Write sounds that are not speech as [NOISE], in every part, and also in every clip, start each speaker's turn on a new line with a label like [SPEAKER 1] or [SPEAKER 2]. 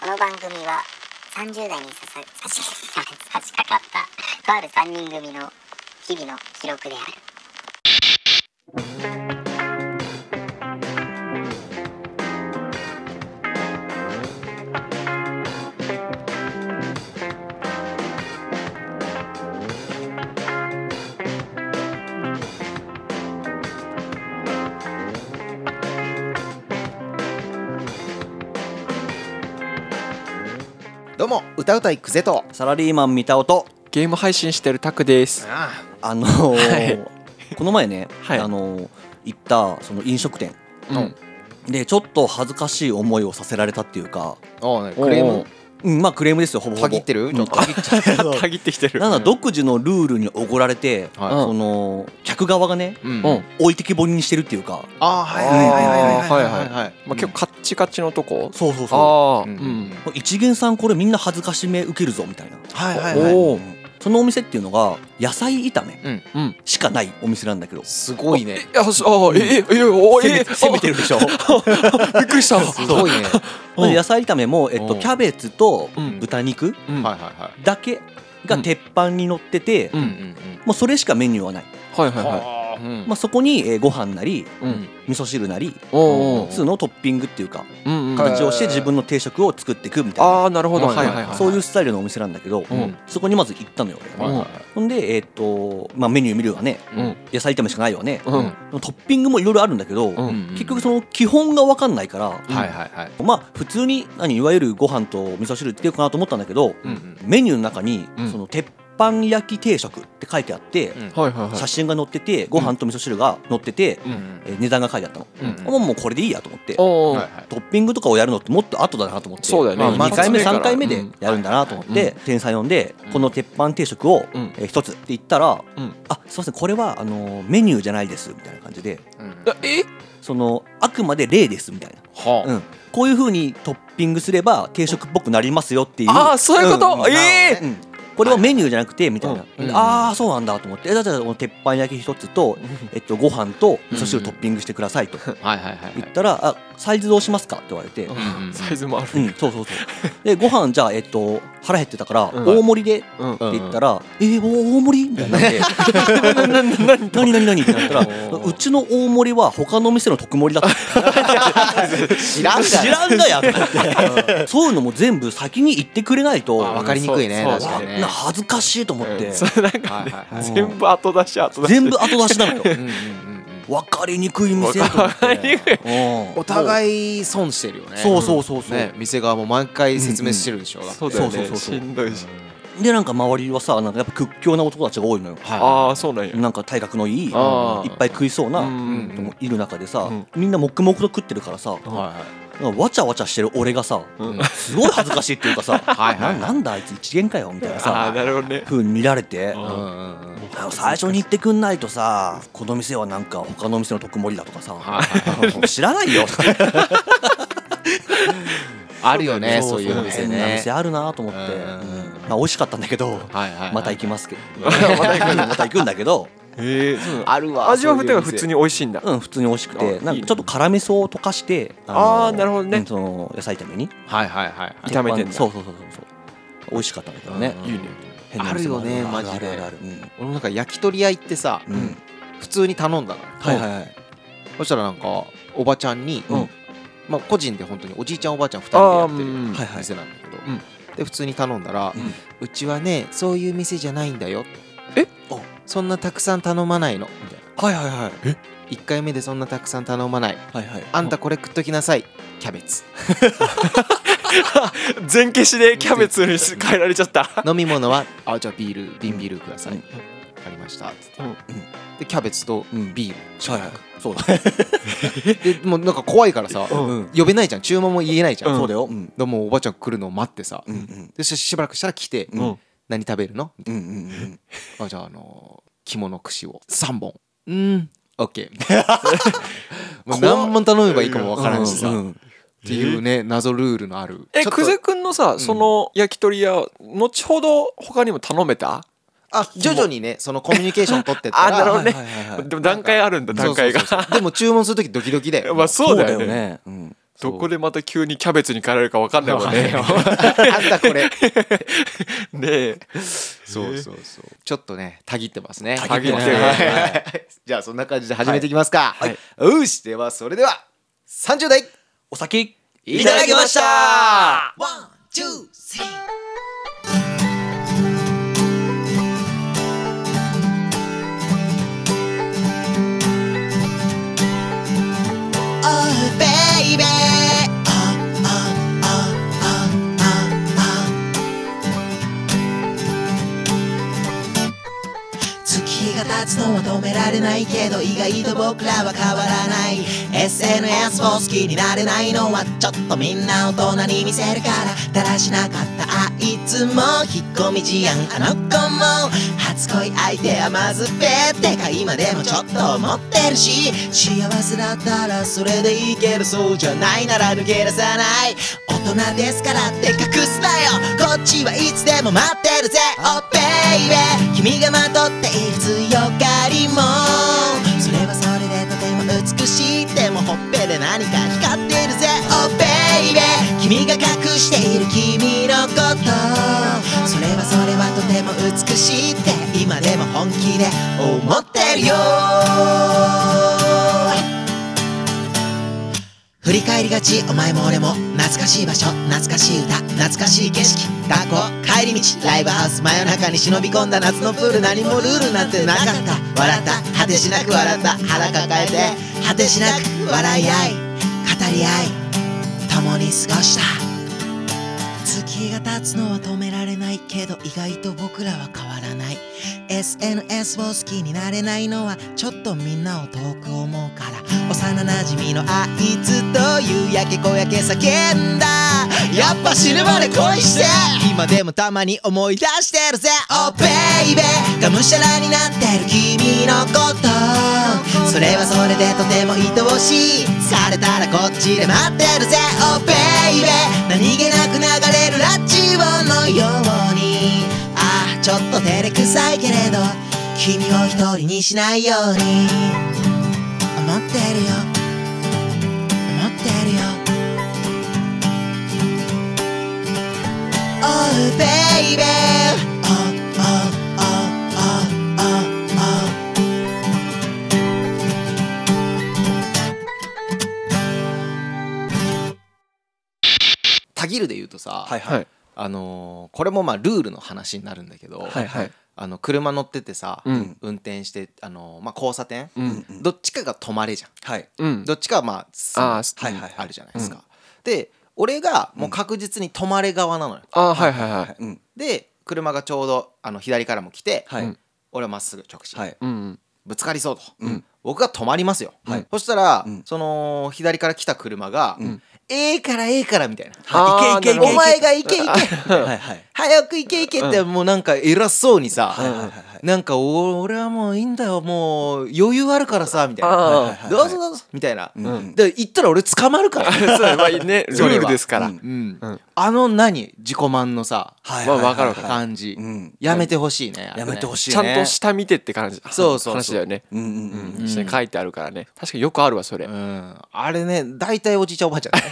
[SPEAKER 1] この番組は30代にささ差し [LAUGHS] 差し掛かったとある3人組の日々の記録である
[SPEAKER 2] どうも歌うたいクゼと
[SPEAKER 3] サラリーマン見た音
[SPEAKER 4] ゲーム配信してるタクです。
[SPEAKER 2] あ
[SPEAKER 3] あのー
[SPEAKER 4] は
[SPEAKER 3] この前ね、
[SPEAKER 4] はい
[SPEAKER 3] あのー行ったその飲食店
[SPEAKER 4] うん。
[SPEAKER 3] でちょっと恥ずかしい思いをさせられたっていうか、
[SPEAKER 2] あクレーム
[SPEAKER 3] うん、まあクレームですよほぼほぼ
[SPEAKER 2] たぎってる
[SPEAKER 3] うん
[SPEAKER 2] ちょっとたぎっちゃう
[SPEAKER 4] たぎってきてる。
[SPEAKER 3] なんだ独自のルールにおごられて、
[SPEAKER 2] はい
[SPEAKER 4] うん
[SPEAKER 3] その客側がね
[SPEAKER 2] うん
[SPEAKER 4] うん。
[SPEAKER 3] 置いてきぼりにしてるっていうか
[SPEAKER 2] あーはいはいはいはいはいはいはい
[SPEAKER 4] まあ結構カッチカチのとこ。
[SPEAKER 3] そうそうそ
[SPEAKER 4] ああ。う
[SPEAKER 2] うん
[SPEAKER 4] ん。
[SPEAKER 3] う一元さんこれみんな恥ずかしめ受けるぞみたいな、
[SPEAKER 2] はいはいはい
[SPEAKER 4] おお
[SPEAKER 3] う。んそのお店っていうのが野菜炒め
[SPEAKER 4] うん。
[SPEAKER 3] しかないお店なんだけど
[SPEAKER 2] すごいね
[SPEAKER 4] いやああええええお
[SPEAKER 3] 攻め
[SPEAKER 4] え
[SPEAKER 3] 攻めて
[SPEAKER 4] る。
[SPEAKER 3] るで
[SPEAKER 2] [LAUGHS]
[SPEAKER 3] しょ
[SPEAKER 4] びっくりした。
[SPEAKER 2] すごいね
[SPEAKER 3] まず野菜炒めも、えっと、
[SPEAKER 2] うん
[SPEAKER 3] キャベツと
[SPEAKER 4] うん
[SPEAKER 3] 豚肉
[SPEAKER 4] [LAUGHS] うん
[SPEAKER 2] はい
[SPEAKER 4] は
[SPEAKER 2] はいはい
[SPEAKER 3] だけが鉄板に乗ってて、
[SPEAKER 4] うん
[SPEAKER 2] うん
[SPEAKER 3] もうそれしかメニューはない、
[SPEAKER 4] いはいは
[SPEAKER 2] うんうん
[SPEAKER 3] まあ、そこに、えーご飯なり
[SPEAKER 4] い。うん。
[SPEAKER 3] 味噌汁なり
[SPEAKER 4] おお
[SPEAKER 2] ん。
[SPEAKER 3] 普通のトッピングっていうか
[SPEAKER 4] うんうん。
[SPEAKER 2] はい
[SPEAKER 3] 形をして自分の定食を作っていくみたいな、
[SPEAKER 4] ああなるほど。
[SPEAKER 2] はい
[SPEAKER 4] は
[SPEAKER 2] はいい
[SPEAKER 4] はいはい。。
[SPEAKER 3] そういううスタイルのお店なんだけど、
[SPEAKER 4] うん
[SPEAKER 3] そこにまず行ったのよ俺
[SPEAKER 2] はいはいはい
[SPEAKER 3] ほんで、えーっとまあ、メニュー見るわね
[SPEAKER 4] うん
[SPEAKER 3] 野菜炒めしかないわね、
[SPEAKER 4] うん
[SPEAKER 2] うん
[SPEAKER 3] トッピングもいろいろあるんだけど、
[SPEAKER 4] うん
[SPEAKER 3] 結局その基本が分かんないから、
[SPEAKER 2] はいはいはい
[SPEAKER 3] まあ普通に何いわゆるご飯と味噌汁っていうかなと思ったんだけど、
[SPEAKER 2] うん
[SPEAKER 3] メニューの中に、
[SPEAKER 4] うん
[SPEAKER 3] その鉄板焼き定食って書いてあって、
[SPEAKER 2] うん
[SPEAKER 4] はいはいはい
[SPEAKER 3] 写。真が載っててご飯と味噌汁が載ってて、
[SPEAKER 2] うん
[SPEAKER 3] えー値段が書いてあったの、
[SPEAKER 2] うん
[SPEAKER 3] もうもうこれでいいやと思って、
[SPEAKER 4] おお
[SPEAKER 2] はい。はい
[SPEAKER 3] トッピングとかをやるのってもっと後だなと思って
[SPEAKER 4] そうだよね
[SPEAKER 3] まあ
[SPEAKER 2] 一発
[SPEAKER 3] 2回目
[SPEAKER 4] 目から
[SPEAKER 3] 3回目
[SPEAKER 4] う
[SPEAKER 3] で
[SPEAKER 4] ん
[SPEAKER 3] やるんだなと思って、
[SPEAKER 4] はいはい
[SPEAKER 3] 店員さん呼んで、
[SPEAKER 2] うん
[SPEAKER 3] この鉄板定食を、
[SPEAKER 4] うん
[SPEAKER 3] えー一つって言ったら「
[SPEAKER 4] うん
[SPEAKER 3] あすいませんこれはあのーメニューじゃないです」みたいな感じで
[SPEAKER 2] うん
[SPEAKER 4] え
[SPEAKER 3] そのあくまで例ですみたいな。
[SPEAKER 2] は
[SPEAKER 3] うん、こういう風にトッピングすれば定食っぽくなりますよっていう
[SPEAKER 4] ああそういうこ
[SPEAKER 3] ん
[SPEAKER 4] と。
[SPEAKER 3] ん
[SPEAKER 4] ええ。
[SPEAKER 3] うんこれはメニューじゃなくてみたいな、
[SPEAKER 4] うんうん
[SPEAKER 3] ああそうなんだと思ってえだったらこの鉄板焼き一つと、えっと、ご飯と味噌汁
[SPEAKER 2] うん
[SPEAKER 3] トッピングしてくださいと
[SPEAKER 2] あはいはいはいはい
[SPEAKER 3] 言ったら「あサイズどうしますか?」って言われて。
[SPEAKER 2] うん
[SPEAKER 4] サイズもある。
[SPEAKER 3] うん、そうそうそうでご飯じゃあ、えっと、腹減ってたから、
[SPEAKER 4] うん
[SPEAKER 3] 大盛りでって
[SPEAKER 4] うん。
[SPEAKER 3] 言ったら「えー、お大盛り?」みたいになって
[SPEAKER 4] ななな
[SPEAKER 3] 「 [LAUGHS] 何何何?」ってなったら
[SPEAKER 2] お
[SPEAKER 3] 「うちの大盛りは他の店の特盛りだった」
[SPEAKER 2] 知らんが
[SPEAKER 3] 知
[SPEAKER 2] な
[SPEAKER 3] らんがやと思ってそういうのも全部先に言ってくれないと
[SPEAKER 2] あわかりにくいね
[SPEAKER 4] そう
[SPEAKER 2] 確かにね
[SPEAKER 3] な恥ずかしいと思って、
[SPEAKER 4] それ [LAUGHS] なんか
[SPEAKER 2] はいはいは
[SPEAKER 3] う
[SPEAKER 2] い
[SPEAKER 3] ん
[SPEAKER 4] 全部後出し後出し。
[SPEAKER 3] 全部後出しなのよ
[SPEAKER 2] うんうんうんうん
[SPEAKER 3] 分かりにくい店と思って
[SPEAKER 4] [LAUGHS] わかりにくい
[SPEAKER 3] うん
[SPEAKER 2] お互い損してるよね
[SPEAKER 3] そうそうそうそう、
[SPEAKER 2] ね店側も毎回説明してるでしょだって
[SPEAKER 4] そうだよ
[SPEAKER 3] そう
[SPEAKER 4] ね。
[SPEAKER 3] そうそう
[SPEAKER 4] しんどいし。
[SPEAKER 3] でなんか周りはさなんかやっぱ屈強な男たちが多いのよ
[SPEAKER 4] ああそうなんや。
[SPEAKER 3] なんか体格のいいいっ
[SPEAKER 4] あ
[SPEAKER 3] ぱ
[SPEAKER 4] ー
[SPEAKER 3] い食いそうな
[SPEAKER 4] うんうん
[SPEAKER 3] 人もいる中でさ、
[SPEAKER 4] うん
[SPEAKER 3] みんな黙々と食ってるからさ、
[SPEAKER 2] はいはい
[SPEAKER 3] なんかわちゃわちゃしてる俺がさ、
[SPEAKER 4] うん
[SPEAKER 3] すごい恥ずかしいっていうかさ
[SPEAKER 2] はいはい
[SPEAKER 3] ななんだあいつ一元かよみたいな
[SPEAKER 4] ああ
[SPEAKER 3] さ
[SPEAKER 4] なるほどね。
[SPEAKER 3] ふうに見られて、
[SPEAKER 4] うん
[SPEAKER 2] うんうんうん
[SPEAKER 3] あの最初に言ってくんないとさこの店はなんか他の店の特盛りだとかさ
[SPEAKER 2] はいはいはい
[SPEAKER 3] [LAUGHS] 知らないよとか言って
[SPEAKER 2] あるよ
[SPEAKER 3] [LAUGHS]
[SPEAKER 2] ねそういうお店
[SPEAKER 3] 変な
[SPEAKER 2] ね
[SPEAKER 3] 店あるなと思っ
[SPEAKER 2] うん
[SPEAKER 3] て、うんまあ、美味しかったんだけど
[SPEAKER 2] はいはいはい
[SPEAKER 3] また行きますけどまた行く [LAUGHS] また行くんだけど、
[SPEAKER 4] ええそうなんだ
[SPEAKER 2] あるわ
[SPEAKER 4] 味は普通は普通
[SPEAKER 2] に
[SPEAKER 4] に美味しいんだ。
[SPEAKER 3] うん、普通に美味しく
[SPEAKER 4] あい
[SPEAKER 3] て
[SPEAKER 4] いね
[SPEAKER 3] なんかちょっと辛味噌を溶かして
[SPEAKER 4] あーなるほどね
[SPEAKER 3] うんその野菜炒めに
[SPEAKER 2] はいはいはい
[SPEAKER 4] 炒めてんだ
[SPEAKER 3] そうそうそうそうそう美味しかったんだけどね、
[SPEAKER 2] うん
[SPEAKER 4] いいね。
[SPEAKER 3] 変な店も
[SPEAKER 2] あるよね
[SPEAKER 3] ある
[SPEAKER 2] マジで
[SPEAKER 3] あるあるあるうん
[SPEAKER 2] 俺もなんか焼き鳥屋行ってさ
[SPEAKER 3] うん
[SPEAKER 2] 普通に頼んだの
[SPEAKER 3] はいはいはい
[SPEAKER 2] そしたらなんかおばちゃんに
[SPEAKER 3] うん
[SPEAKER 2] まあ個人で本当におじいちゃんおばあちゃん2人で
[SPEAKER 4] あ
[SPEAKER 2] や
[SPEAKER 4] あ
[SPEAKER 2] ってる
[SPEAKER 4] う
[SPEAKER 3] は
[SPEAKER 4] ん
[SPEAKER 3] いはい
[SPEAKER 2] 店なんだけど
[SPEAKER 4] うん
[SPEAKER 2] で普通に頼んだら
[SPEAKER 3] うん
[SPEAKER 2] うちはねそういう店じゃないんだよ
[SPEAKER 4] え
[SPEAKER 2] おそんなたくさん頼まないのみたいな
[SPEAKER 3] はいはいはい
[SPEAKER 2] 1回目でそんなたくさん頼まない
[SPEAKER 3] はいはい
[SPEAKER 2] あんたこれ食っときなさいキャベツ
[SPEAKER 4] 全消しでキャベツにし [LAUGHS] 変えられちゃった。
[SPEAKER 2] 飲み物はあじゃあビール瓶ビールくださいわかりましたつって
[SPEAKER 4] うん
[SPEAKER 2] でキャベツとビール
[SPEAKER 3] はいはいそうだね
[SPEAKER 2] でもうなんか怖いからさ、
[SPEAKER 3] うん
[SPEAKER 2] 呼べないじゃん注文も言えないじゃん、
[SPEAKER 4] うん
[SPEAKER 3] そうだようん
[SPEAKER 2] でもうおばちゃん来るのを待ってさ、
[SPEAKER 3] うんうん
[SPEAKER 2] でししばらくしたら来て、
[SPEAKER 4] うん
[SPEAKER 2] 何食べるの
[SPEAKER 3] うんうんうん
[SPEAKER 2] あじゃあ、あのー着物串を3本うんオッケー [LAUGHS] もう何本頼めばいいかもわからんしさ、
[SPEAKER 3] う
[SPEAKER 2] っ
[SPEAKER 3] ん
[SPEAKER 2] ていうね謎ルールのある
[SPEAKER 4] え
[SPEAKER 2] ちょっと
[SPEAKER 4] 久世くんのさその焼き鳥屋後ほど他にも頼めた？
[SPEAKER 2] あ徐々にねそのコミュニケーション取ってったら
[SPEAKER 4] あなるほどね
[SPEAKER 3] はいはいはいはい
[SPEAKER 4] でも段階あるんだ段階が。
[SPEAKER 2] そうそうそうそうでも注文する時ドキドキだよ
[SPEAKER 4] [LAUGHS] まあそうだよ
[SPEAKER 3] そうだよ
[SPEAKER 4] ね。
[SPEAKER 3] ねうん
[SPEAKER 4] どこでまた急にキャベツに変えられるか分かんないもんね。
[SPEAKER 2] あんたこ
[SPEAKER 4] [LAUGHS]
[SPEAKER 2] れ
[SPEAKER 4] ねえ。
[SPEAKER 2] そうそうそうちょっとねたぎってますね
[SPEAKER 4] たぎってます
[SPEAKER 2] はいじゃあそんな感じで始めていきますか
[SPEAKER 4] はい
[SPEAKER 2] よしではそれでは30代
[SPEAKER 3] お先
[SPEAKER 2] いただきました
[SPEAKER 5] 月が経つのは止められないけど意外と僕らは変わらない SNS を好きになれないのはちょっとみんな大人に見せるからだらしなかったあいつも引っ込み思案あの子も初恋相手はまずべってか今でもちょっと思ってるし幸せだったらそれでいいけどそうじゃないなら抜け出さない大人ですからって隠すなよこっちはいつでも待ってるぜ Oh baby 君がまとっている強がりもそれはそれでとても美しいでもほっぺで何か光ってるぜ Oh baby 君が隠している君のことそれはそれはとても美しいって今でも本気で思ってるよ振り返りがちお前も俺も懐かしい場所懐かしい歌懐かしい景色学校帰り道ライブハウス真夜中に忍び込んだ夏のプール何もルールなんてなかった笑った果てしなく笑った腹抱えて果てしなく笑い合い語り合い共に過ごした月が経つのは止められないけど意外と僕らは変わらない SNS を好きになれないのはちょっとみんなを遠く思うから幼なじみのあいつと夕焼け小焼け叫んだやっぱ死ぬまで恋して今でもたまに思い出してるぜ Oh baby がむしゃらになってる君のことそれはそれでとても愛おしいされたらこっちで待ってるぜ Oh baby 何気なく流れるラジオのようにああちょっと照れくさいけれど君を一人にしないように思ってるよ思ってるよ Oh baby Oh oh oh oh oh oh
[SPEAKER 2] たぎるで言うとさ
[SPEAKER 3] はいは
[SPEAKER 4] はいい。
[SPEAKER 2] あのーこれもまあルールの話になるんだけど、
[SPEAKER 4] はいはい。
[SPEAKER 2] あの車乗っててさ、
[SPEAKER 4] うん
[SPEAKER 2] 運転して、あのーまあ、交差点、
[SPEAKER 4] うん。
[SPEAKER 2] どっちかが止まれじゃん、
[SPEAKER 3] はい
[SPEAKER 4] うん。
[SPEAKER 2] どっちかはまあす
[SPEAKER 4] あー
[SPEAKER 3] はいはい
[SPEAKER 2] あるじゃないですか、で俺がもう確実に止まれ側なのよ、
[SPEAKER 4] あーはいはいはい。
[SPEAKER 3] うん
[SPEAKER 2] で車がちょうどあの左からも来て、
[SPEAKER 3] は
[SPEAKER 4] う
[SPEAKER 3] い
[SPEAKER 4] ん
[SPEAKER 2] 俺はまっすぐ直進、
[SPEAKER 3] はい
[SPEAKER 4] うん。
[SPEAKER 2] ぶつかりそうと、
[SPEAKER 3] うん
[SPEAKER 2] 僕が止まりますよ、
[SPEAKER 3] はい
[SPEAKER 2] そしたら、
[SPEAKER 3] うん
[SPEAKER 2] その左から来た車が「
[SPEAKER 3] うん
[SPEAKER 2] ええからええから」みたいな
[SPEAKER 4] あー
[SPEAKER 3] いけいけ
[SPEAKER 2] 「
[SPEAKER 3] いけ
[SPEAKER 4] なる
[SPEAKER 2] お
[SPEAKER 4] ほど
[SPEAKER 2] 前が行け行け」
[SPEAKER 3] はいはい
[SPEAKER 2] 早く行け行けってもうなんか偉そうにさ、
[SPEAKER 3] はいはいはいはい
[SPEAKER 2] なんかお俺はもういいんだよもう余裕あるからさみたいな
[SPEAKER 4] あ
[SPEAKER 3] はい
[SPEAKER 2] どうぞどうぞみたいな、
[SPEAKER 3] うんうん
[SPEAKER 2] で行ったら俺捕まるから、
[SPEAKER 4] あ。そうまあねル
[SPEAKER 2] それは
[SPEAKER 4] ールですから。
[SPEAKER 3] う
[SPEAKER 4] ま
[SPEAKER 3] ん
[SPEAKER 2] うん
[SPEAKER 4] うん
[SPEAKER 2] あの何自己満のさ、
[SPEAKER 3] はい
[SPEAKER 4] あわかるわかる。
[SPEAKER 2] 感じ、
[SPEAKER 3] うん
[SPEAKER 2] やめてほしいね、あれ
[SPEAKER 3] や
[SPEAKER 2] ね
[SPEAKER 3] めてほしい
[SPEAKER 4] ちゃんと
[SPEAKER 3] し
[SPEAKER 4] 下見てって感じ。
[SPEAKER 2] そうそうそう
[SPEAKER 4] 話だよね。
[SPEAKER 3] うんうんう
[SPEAKER 4] うんん。下に書いてあるからね。確かによくあるわそれ。
[SPEAKER 2] うん、あれね大体おじいちゃんおばあちゃん、ね、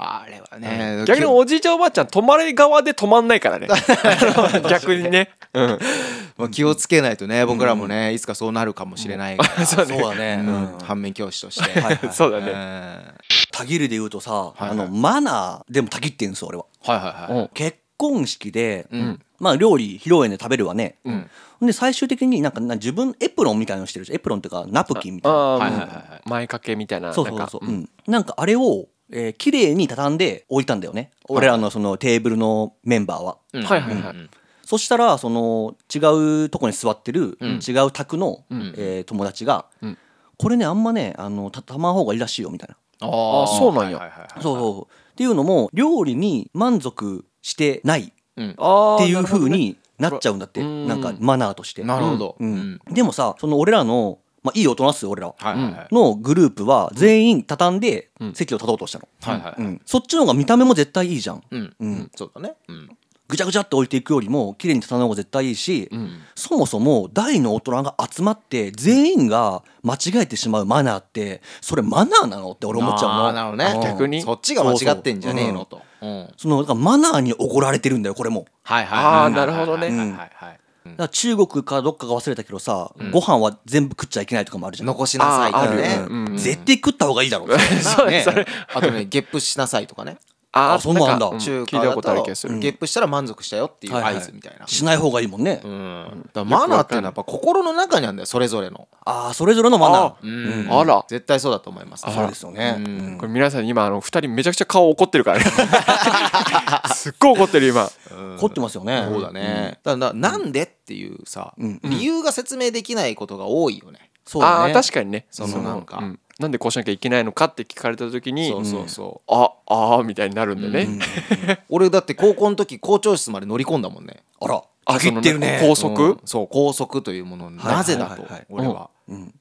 [SPEAKER 2] あれはね
[SPEAKER 4] 逆におじいちゃんおばあちゃん止まれ側で止まんないからねあの逆にね、うん、
[SPEAKER 2] まあ気をつけないとね僕らもねいつかそうなるかもしれないから、
[SPEAKER 3] そうだね
[SPEAKER 2] う
[SPEAKER 3] うんん
[SPEAKER 2] 反面教師として、
[SPEAKER 3] はいはい
[SPEAKER 4] そうだ
[SPEAKER 2] うん
[SPEAKER 4] ね、
[SPEAKER 3] たぎるで言うとさ
[SPEAKER 2] いはい
[SPEAKER 3] あのマナーでもたぎってんですよ俺は
[SPEAKER 2] はいはいはい。
[SPEAKER 3] 結婚式で
[SPEAKER 2] ん
[SPEAKER 3] まあ料理披露宴で食べるわね
[SPEAKER 2] ん
[SPEAKER 3] で最終的になんかな自分エプロンみたいなのしてるしエプロンっていうかナプキンみたいな
[SPEAKER 4] あ
[SPEAKER 2] は
[SPEAKER 4] あー、はいい
[SPEAKER 2] はいは
[SPEAKER 4] はいい
[SPEAKER 2] は
[SPEAKER 4] 前掛けみたいな
[SPEAKER 3] そうそうそう、
[SPEAKER 4] なんか
[SPEAKER 3] うん、なんかあれを、えー、綺麗に畳んで置いたんだよね、俺らのそのテーブルのメンバーは、
[SPEAKER 2] うん
[SPEAKER 4] はいはいはい、
[SPEAKER 3] そしたらその違うとこに座ってる、違う宅の、えー友達が、
[SPEAKER 4] ん
[SPEAKER 3] これねあんまねあの畳まん方がいいらしいよみたいな、
[SPEAKER 2] あ
[SPEAKER 4] あそうなんや
[SPEAKER 2] はいはいはいはい
[SPEAKER 3] そうそうっていうのも料理に満足してないっ
[SPEAKER 2] うん
[SPEAKER 4] あ
[SPEAKER 3] ていう
[SPEAKER 4] ふ
[SPEAKER 3] 風になっちゃうんだって
[SPEAKER 4] う
[SPEAKER 3] なんんかマナーとして
[SPEAKER 2] なるほど。
[SPEAKER 3] う
[SPEAKER 2] うん
[SPEAKER 3] んでもさその俺らの、まあ、いい大人っすよ俺ら
[SPEAKER 2] はいはいはい。
[SPEAKER 3] のグループは全員畳んで席を立とうとしたの、
[SPEAKER 2] はいはいはい
[SPEAKER 3] うんそっちの方が見た目も絶対いいじゃん、
[SPEAKER 2] うん
[SPEAKER 3] うん
[SPEAKER 2] そうだね。うん
[SPEAKER 3] ぐちゃぐちゃって置いていくよりも綺麗に畳んだ方が絶対いいし、
[SPEAKER 4] うん
[SPEAKER 3] そもそも大の大人が集まって全員が間違えてしまうマナーってそれマナーなのって俺思っちゃうの
[SPEAKER 2] あーなるほどね
[SPEAKER 3] うん
[SPEAKER 4] 逆に
[SPEAKER 2] そっちが間違ってんじゃねえのと、うん
[SPEAKER 3] そのだからマナーに怒られてるんだよこれも
[SPEAKER 2] はいはい
[SPEAKER 4] あ
[SPEAKER 2] は
[SPEAKER 4] ー
[SPEAKER 2] い
[SPEAKER 4] なるほどね
[SPEAKER 2] はいはいはいはい
[SPEAKER 3] だから中国かどっかが忘れたけどさ、
[SPEAKER 2] ん
[SPEAKER 3] ご飯は全部食っちゃいけないとかもあるじゃん
[SPEAKER 2] 残しなさいと
[SPEAKER 4] あ
[SPEAKER 2] か
[SPEAKER 4] ーる
[SPEAKER 2] ね
[SPEAKER 4] あうん
[SPEAKER 3] 絶対食った方がいいだろう
[SPEAKER 4] そう
[SPEAKER 2] ね
[SPEAKER 4] それ
[SPEAKER 2] あとねゲップしなさいとかね
[SPEAKER 4] あ
[SPEAKER 3] あそんなんあんだ
[SPEAKER 4] かう
[SPEAKER 2] 中
[SPEAKER 4] 聞い
[SPEAKER 2] 華だ
[SPEAKER 4] た
[SPEAKER 2] と
[SPEAKER 4] ことある気がする、
[SPEAKER 2] ゲップしたら満足したよっていう
[SPEAKER 3] はいはい
[SPEAKER 2] 合図みたいな、
[SPEAKER 3] しない方がいいもんね、
[SPEAKER 2] うんだからマナーっていうのはやっぱ心の中にあるんだよそれぞれの、
[SPEAKER 3] ああそれぞれのマナー
[SPEAKER 4] あ
[SPEAKER 2] うん
[SPEAKER 4] あら
[SPEAKER 2] 絶対そうだと思います
[SPEAKER 3] そうですよね、
[SPEAKER 2] うん
[SPEAKER 4] これ皆さん今あの二人めちゃくちゃ顔怒ってるからねすっごい怒ってる今
[SPEAKER 3] 凝ってますよね
[SPEAKER 2] そうだね、だからななんでっていうさ、
[SPEAKER 3] うん
[SPEAKER 2] 理由が説明できないことが多いよね、
[SPEAKER 3] そうだ
[SPEAKER 4] あ
[SPEAKER 3] ね
[SPEAKER 4] ー確かにね
[SPEAKER 2] そのなんか
[SPEAKER 4] うんなんでこうしなきゃいけないのかって聞かれた時に
[SPEAKER 2] そうそうそう、
[SPEAKER 4] ああーみたいになるんでね、
[SPEAKER 2] 俺だって高校の時校長室まで乗り込んだもんね
[SPEAKER 3] あら
[SPEAKER 4] あそのね高
[SPEAKER 2] う
[SPEAKER 4] 速
[SPEAKER 2] ん、そう校則というものになぜだと
[SPEAKER 3] はいはいはいはい
[SPEAKER 2] 俺は、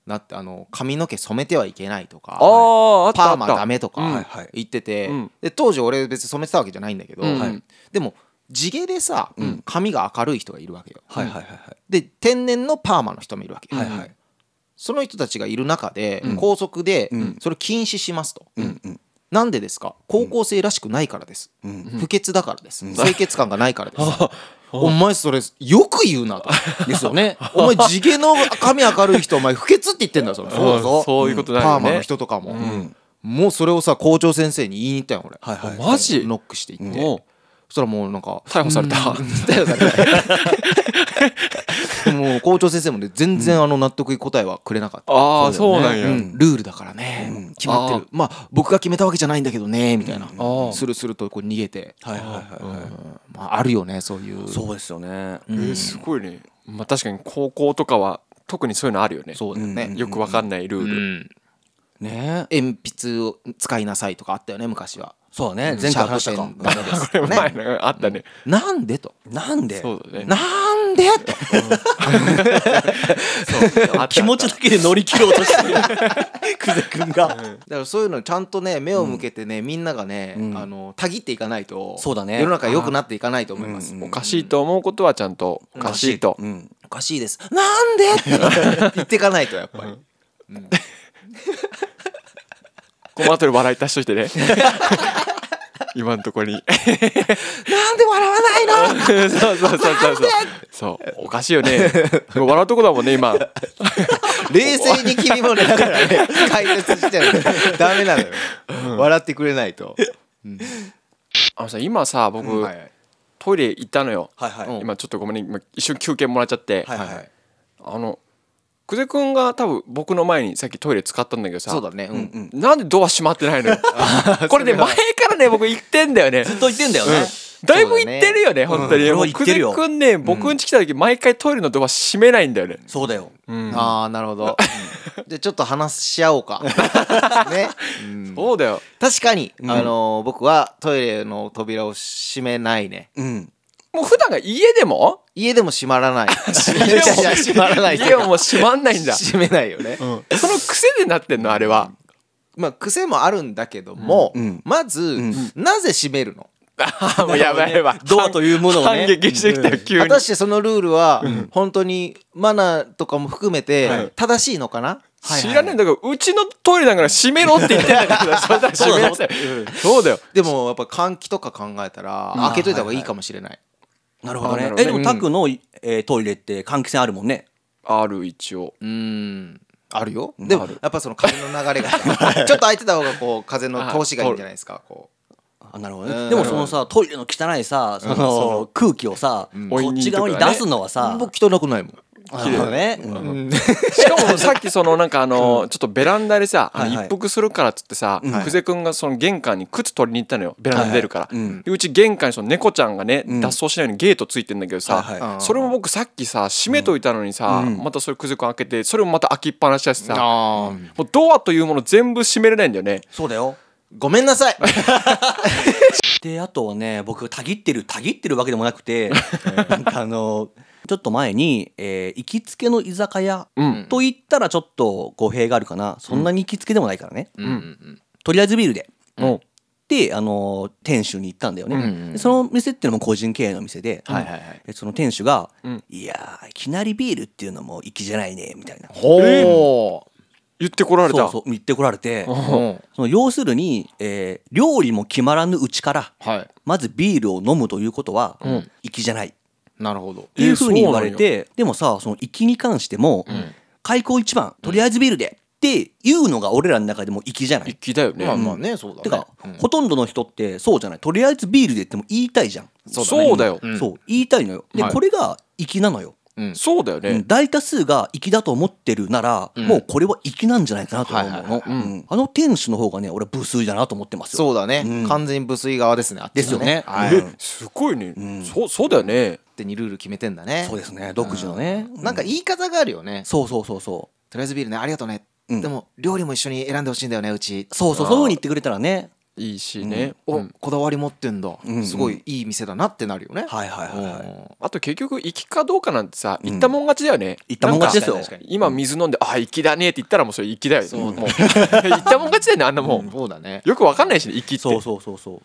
[SPEAKER 2] だってあの髪の毛染めてはいけないとか
[SPEAKER 4] あーあった
[SPEAKER 2] パー
[SPEAKER 4] あっ
[SPEAKER 2] マ
[SPEAKER 4] た
[SPEAKER 2] ダメと
[SPEAKER 4] うん
[SPEAKER 3] はい
[SPEAKER 2] か
[SPEAKER 3] はい
[SPEAKER 2] 言ってて、
[SPEAKER 4] うん
[SPEAKER 2] で当時俺別に染めてたわけじゃないんだけど、
[SPEAKER 4] うんはい
[SPEAKER 2] でも地毛でさ、髪が明るい人がいるわけよ、
[SPEAKER 3] はいはいはいはい
[SPEAKER 2] で天然のパーマの人もいるわけよ、
[SPEAKER 3] はいはい
[SPEAKER 2] その人たちがいる中で、高速でそれ禁止しますと、なんでですか高校生らしくないからです、不潔だからです、清潔感がないからです、 [LAUGHS] お前それよく言うなと
[SPEAKER 3] ですよね
[SPEAKER 2] お前地毛の髪明るい人お前不潔って言ってんだぞ
[SPEAKER 4] そうだぞそういうことだよね
[SPEAKER 2] パーマの人とかも、もうそれをさ校長先生に言いに行ったよ俺、
[SPEAKER 3] はいはい
[SPEAKER 4] マジ
[SPEAKER 2] ノックして行って、
[SPEAKER 4] うん
[SPEAKER 2] そしたらもうなんか
[SPEAKER 4] 逮捕された、
[SPEAKER 2] もう校長先生もね全然あの納得いく答えはくれなかった、
[SPEAKER 4] ああそうなんや、
[SPEAKER 2] うんルールだからね、決まってるまあ僕が決めたわけじゃないんだけどねみたいな、
[SPEAKER 4] ー
[SPEAKER 2] するするとこう逃げて、
[SPEAKER 3] はいはいはいはい
[SPEAKER 2] うんまあ、あるよねそういう
[SPEAKER 3] そうですよね
[SPEAKER 4] えーすごいね、まあ、確かに高校とかは特にそういうのあるよね
[SPEAKER 2] そうだよね、
[SPEAKER 4] よくわかんないルール、
[SPEAKER 3] ね
[SPEAKER 2] 鉛筆を使いなさいとかあったよね昔は
[SPEAKER 3] そうだね前回話した
[SPEAKER 2] シャ
[SPEAKER 3] か
[SPEAKER 2] ープペンダメ
[SPEAKER 4] [LAUGHS]
[SPEAKER 2] です
[SPEAKER 4] これ前なんかあったね、
[SPEAKER 2] なんでと
[SPEAKER 3] なんで
[SPEAKER 4] そうだね
[SPEAKER 2] なんでと [LAUGHS]
[SPEAKER 3] 気持ちだけで乗り切ろうとしてる久世君が
[SPEAKER 2] だからそういうのにちゃんとね目を向けてね、みんながね、あのたぎっていかないと
[SPEAKER 3] そうだね
[SPEAKER 2] 世の中良くなっていかないと思います、
[SPEAKER 4] おかしいと思うことはちゃんとおかしいと、
[SPEAKER 3] うん
[SPEAKER 2] おかしいですなんで [LAUGHS] って言っていかないとやっぱり、
[SPEAKER 4] この後で笑い足しといて [LAUGHS] ね今のところに
[SPEAKER 2] なんで笑わないの
[SPEAKER 4] そうそうそうそうそうそうおかしいよね笑うとこだもんね今
[SPEAKER 2] 冷静に君もねだからね解説しちゃうとダメなのよ、笑ってくれないと、
[SPEAKER 4] あのさ今さ僕、
[SPEAKER 2] はいはい
[SPEAKER 4] トイレ行ったのよ、
[SPEAKER 3] はいはい
[SPEAKER 4] 今ちょっとごめんね今一瞬休憩もらっちゃって、
[SPEAKER 3] はいはい
[SPEAKER 4] あの久世君が多分僕の前にさっきトイレ使ったんだけどさ
[SPEAKER 2] そうだねうん、
[SPEAKER 4] なんでドア閉まってない [LAUGHS] のよこれね前からね僕言ってんだよ [LAUGHS] ね
[SPEAKER 3] ずっと言ってんだよね
[SPEAKER 4] だいぶ言ってるよね本当に
[SPEAKER 3] うん
[SPEAKER 4] もう
[SPEAKER 3] 俺は言ってるよ
[SPEAKER 4] 久世君ね僕ん家来た時毎回トイレのドア閉めないんだよね
[SPEAKER 3] そうだよ
[SPEAKER 2] ああなるほど、じゃあちょっと話し合おうか [LAUGHS] ね、うん
[SPEAKER 4] そうだよ
[SPEAKER 2] 確かに、あのー僕はトイレの扉を閉めないね
[SPEAKER 3] うん
[SPEAKER 4] もう普段が家でも
[SPEAKER 2] 家でも閉まらない
[SPEAKER 4] 家
[SPEAKER 2] いやいや [LAUGHS] 閉まらない
[SPEAKER 4] 家はもう閉まんないんだそ
[SPEAKER 2] 閉めないよね、
[SPEAKER 4] の癖でなってんのあれは
[SPEAKER 2] まあ癖もあるんだけども、
[SPEAKER 3] ん
[SPEAKER 2] まず、なぜ閉めるの
[SPEAKER 4] [LAUGHS] あーもうやばい [LAUGHS] やばい
[SPEAKER 3] ドアというものをね
[SPEAKER 4] 反撃してきたよ急
[SPEAKER 2] 果
[SPEAKER 4] に
[SPEAKER 2] たしてそのルールは本当にマナーとかも含めて正しいのかな、
[SPEAKER 4] 知らないんだからうちのトイレだから閉めろって言ってんだから [LAUGHS] それだ閉めなさいそうだよ
[SPEAKER 2] でもやっぱ換気とか考えたら開けといた方がいいかもしれない。
[SPEAKER 3] なるほど
[SPEAKER 4] あな
[SPEAKER 3] ね
[SPEAKER 4] るほどね
[SPEAKER 3] えでもタクのえートイレって換気扇あるもんね
[SPEAKER 4] ある一応
[SPEAKER 2] うーんあるよ。でも
[SPEAKER 4] ある
[SPEAKER 2] やっぱその風の流れ [LAUGHS] がちょっと開いてた方がこう風の通しがいいんじゃないですか。こ
[SPEAKER 3] あなるほど
[SPEAKER 2] うん
[SPEAKER 3] ねでもそのさトイレの汚いさその空気をさこっち側に出すのはさ
[SPEAKER 2] う。汚くないもん。
[SPEAKER 3] なるほどねうん
[SPEAKER 4] しかもさっきそのなんかあのちょっとベランダでさあの
[SPEAKER 3] はいはい
[SPEAKER 4] 一服するからっつってさ久世君がその玄関に靴取りに行ったのよベランダ出るから
[SPEAKER 3] はいはいうん
[SPEAKER 4] でうち玄関にその猫ちゃんがね
[SPEAKER 3] ん
[SPEAKER 4] 脱走しないようにゲートついてんだけど
[SPEAKER 3] はいは
[SPEAKER 4] さ
[SPEAKER 2] い
[SPEAKER 4] それも僕さっきさ閉めといたのにさ
[SPEAKER 3] うん
[SPEAKER 4] またそれ久世君開けてそれもまた開きっぱなしだしさ
[SPEAKER 2] [LAUGHS] ああ
[SPEAKER 4] もうドアというもの全部閉めれないんだよね
[SPEAKER 3] そうだよ
[SPEAKER 2] ごめんなさい。
[SPEAKER 3] であとはね僕たぎってるたぎってるわけでもなくてなんかあのちょっと前に、えー行きつけの居酒屋
[SPEAKER 4] うん
[SPEAKER 3] と言ったらちょっと語弊があるかなそんなに行きつけでもないからね、
[SPEAKER 2] うんうん
[SPEAKER 3] とりあえずビールで
[SPEAKER 4] うん
[SPEAKER 3] って、あの、店主に行ったんだよね。
[SPEAKER 4] うんうん
[SPEAKER 3] でその店っていうのも個人経営の店で、
[SPEAKER 2] はいはいはい
[SPEAKER 3] でその店主が、
[SPEAKER 4] うん
[SPEAKER 3] いやー、いきなりビールっていうのも粋じゃないね、みたいな。
[SPEAKER 2] ほ
[SPEAKER 4] 言ってこられた
[SPEAKER 3] そうそう、言ってこられて、
[SPEAKER 2] ううん
[SPEAKER 3] その要するに、えー料理も決まらぬうちから、
[SPEAKER 2] はい
[SPEAKER 3] まずビールを飲むということは、
[SPEAKER 2] ん
[SPEAKER 3] 粋じゃない。
[SPEAKER 2] なるほど
[SPEAKER 3] っていうふうに言われて、でもさその粋に関しても、開口一番とりあえずビールでっていうのが俺らの中でも粋じゃない、
[SPEAKER 4] 一気だよね
[SPEAKER 2] まあまあねそうだね
[SPEAKER 3] てか、
[SPEAKER 2] うん
[SPEAKER 3] ほとんどの人ってそうじゃないとりあえずビールでっても言いたいじゃん
[SPEAKER 4] そうだねそうだよ
[SPEAKER 2] うん
[SPEAKER 3] そう言いたいのよで、
[SPEAKER 2] はい
[SPEAKER 3] これが粋なのよ、
[SPEAKER 2] うん
[SPEAKER 4] そうだよ
[SPEAKER 3] う
[SPEAKER 4] ね
[SPEAKER 3] ん大多数が粋だと思ってるなら、
[SPEAKER 2] うん
[SPEAKER 3] もうこれは粋なんじゃないかなと思うの、
[SPEAKER 2] はいはいは
[SPEAKER 3] うんあの店主の方がね俺は無粋だなと思ってますよ
[SPEAKER 2] そうだね、
[SPEAKER 3] うん
[SPEAKER 2] 完全に無粋側ですねあっち
[SPEAKER 3] で
[SPEAKER 2] の
[SPEAKER 3] すよね、
[SPEAKER 2] はい
[SPEAKER 3] うん
[SPEAKER 2] 勝
[SPEAKER 4] すごいね
[SPEAKER 3] ん
[SPEAKER 4] そうそうだよね
[SPEAKER 2] 手にルール決めてんだね
[SPEAKER 3] そうですね独自のね、
[SPEAKER 2] なんか
[SPEAKER 3] い
[SPEAKER 2] 言い方があるよね
[SPEAKER 3] そうそうそうそう
[SPEAKER 2] とりあえずビールねありがとうね、
[SPEAKER 3] うん
[SPEAKER 2] でも料理も一緒に選んでほしいんだよねうち
[SPEAKER 3] そうそうそういうふうに言ってくれたらね
[SPEAKER 4] いいしね
[SPEAKER 2] お、
[SPEAKER 4] うん
[SPEAKER 2] こだわり持ってんだ、
[SPEAKER 3] んうん
[SPEAKER 2] すごいいい店だなってなるよね、
[SPEAKER 3] はいはいはいはい
[SPEAKER 4] あと結局行きかどうかなんてさ行ったもん勝ちだよね
[SPEAKER 3] 行ったもん勝ちですよ
[SPEAKER 4] なんか今水飲んであ行きだねって言ったらもうそれ行きだよねもう [LAUGHS] 行ったもん勝ちだよねあんなも
[SPEAKER 2] うん
[SPEAKER 4] ん
[SPEAKER 2] そうだね
[SPEAKER 4] よくわかんないしね行きって
[SPEAKER 3] そうそうそうそ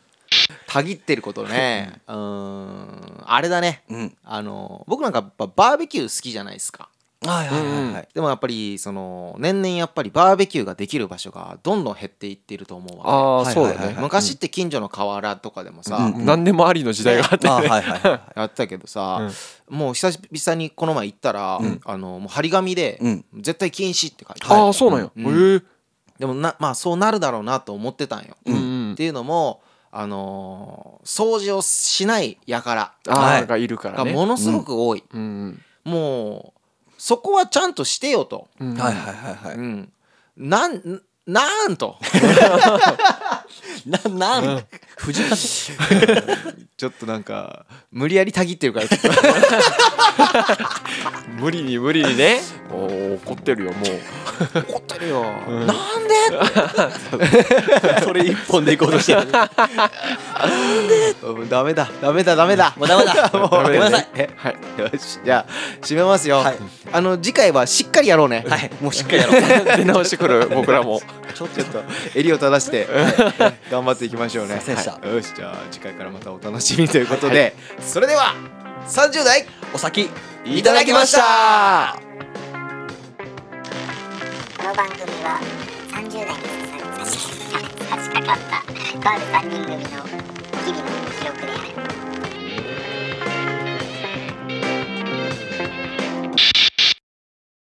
[SPEAKER 2] たぎってることねうーんあれだね
[SPEAKER 3] う。うん。
[SPEAKER 2] あの僕なんかやっぱバーベキュー好きじゃないですか
[SPEAKER 3] はいはいはいはい。
[SPEAKER 2] でもやっぱりその年々やっぱりバーベキューができる場所がどんどん減っていっていると思うわ
[SPEAKER 4] ああ
[SPEAKER 3] はい
[SPEAKER 4] そう
[SPEAKER 3] は
[SPEAKER 4] だ
[SPEAKER 3] いはい
[SPEAKER 4] ね
[SPEAKER 2] 昔って近所の河原とかでもさ、
[SPEAKER 3] うん
[SPEAKER 4] うん何でもありの時代があって
[SPEAKER 3] あはい
[SPEAKER 4] ね
[SPEAKER 3] はい [LAUGHS] は
[SPEAKER 2] やってたけどさ、もう久々にこの前行ったら、あのもう張り紙で、
[SPEAKER 3] うん
[SPEAKER 2] 絶対禁止」って書いてある、
[SPEAKER 4] [LAUGHS] ああそうなんやへえ
[SPEAKER 2] でもなまあそうなるだろうなと思ってたんよ、
[SPEAKER 4] うんうん
[SPEAKER 2] っていうのもあのー掃除をしない輩
[SPEAKER 4] ああがいるから
[SPEAKER 2] が
[SPEAKER 4] ね
[SPEAKER 2] ものすごく多い、
[SPEAKER 4] うんうん
[SPEAKER 2] もうそこはちゃんとしてよと、
[SPEAKER 4] うん
[SPEAKER 3] い。はいはいはいは
[SPEAKER 2] うん、なんなん [LAUGHS] と
[SPEAKER 3] い。なんなん。藤
[SPEAKER 2] [LAUGHS]
[SPEAKER 3] 田
[SPEAKER 2] ちょっとなんか無理やりたぎってるから [LAUGHS] ちょっと
[SPEAKER 4] 無理に無理にねおー怒ってるよもう
[SPEAKER 2] 怒ってるよ、なんで
[SPEAKER 3] [LAUGHS] それ一本で行こうと [LAUGHS] してる。
[SPEAKER 2] うんダメだダメだダメだ
[SPEAKER 3] [LAUGHS] もうダメだ。
[SPEAKER 2] もう
[SPEAKER 3] ごめんなさい。
[SPEAKER 2] はいよしじゃあ締めますよ、あの次回はしっかりやろうね、
[SPEAKER 3] はい。もうしっかりやろう。
[SPEAKER 4] 出直してくる僕らも
[SPEAKER 2] ちょっと襟を正して、 [LAUGHS] はい頑張っていきましょうね
[SPEAKER 3] すいませんでした
[SPEAKER 2] はいよしじゃあ次回からまたお楽しみということで、それでは30代
[SPEAKER 3] お先。
[SPEAKER 2] いただきました
[SPEAKER 1] この番組は30代にささ差し掛かったとある3人組の日々の記録である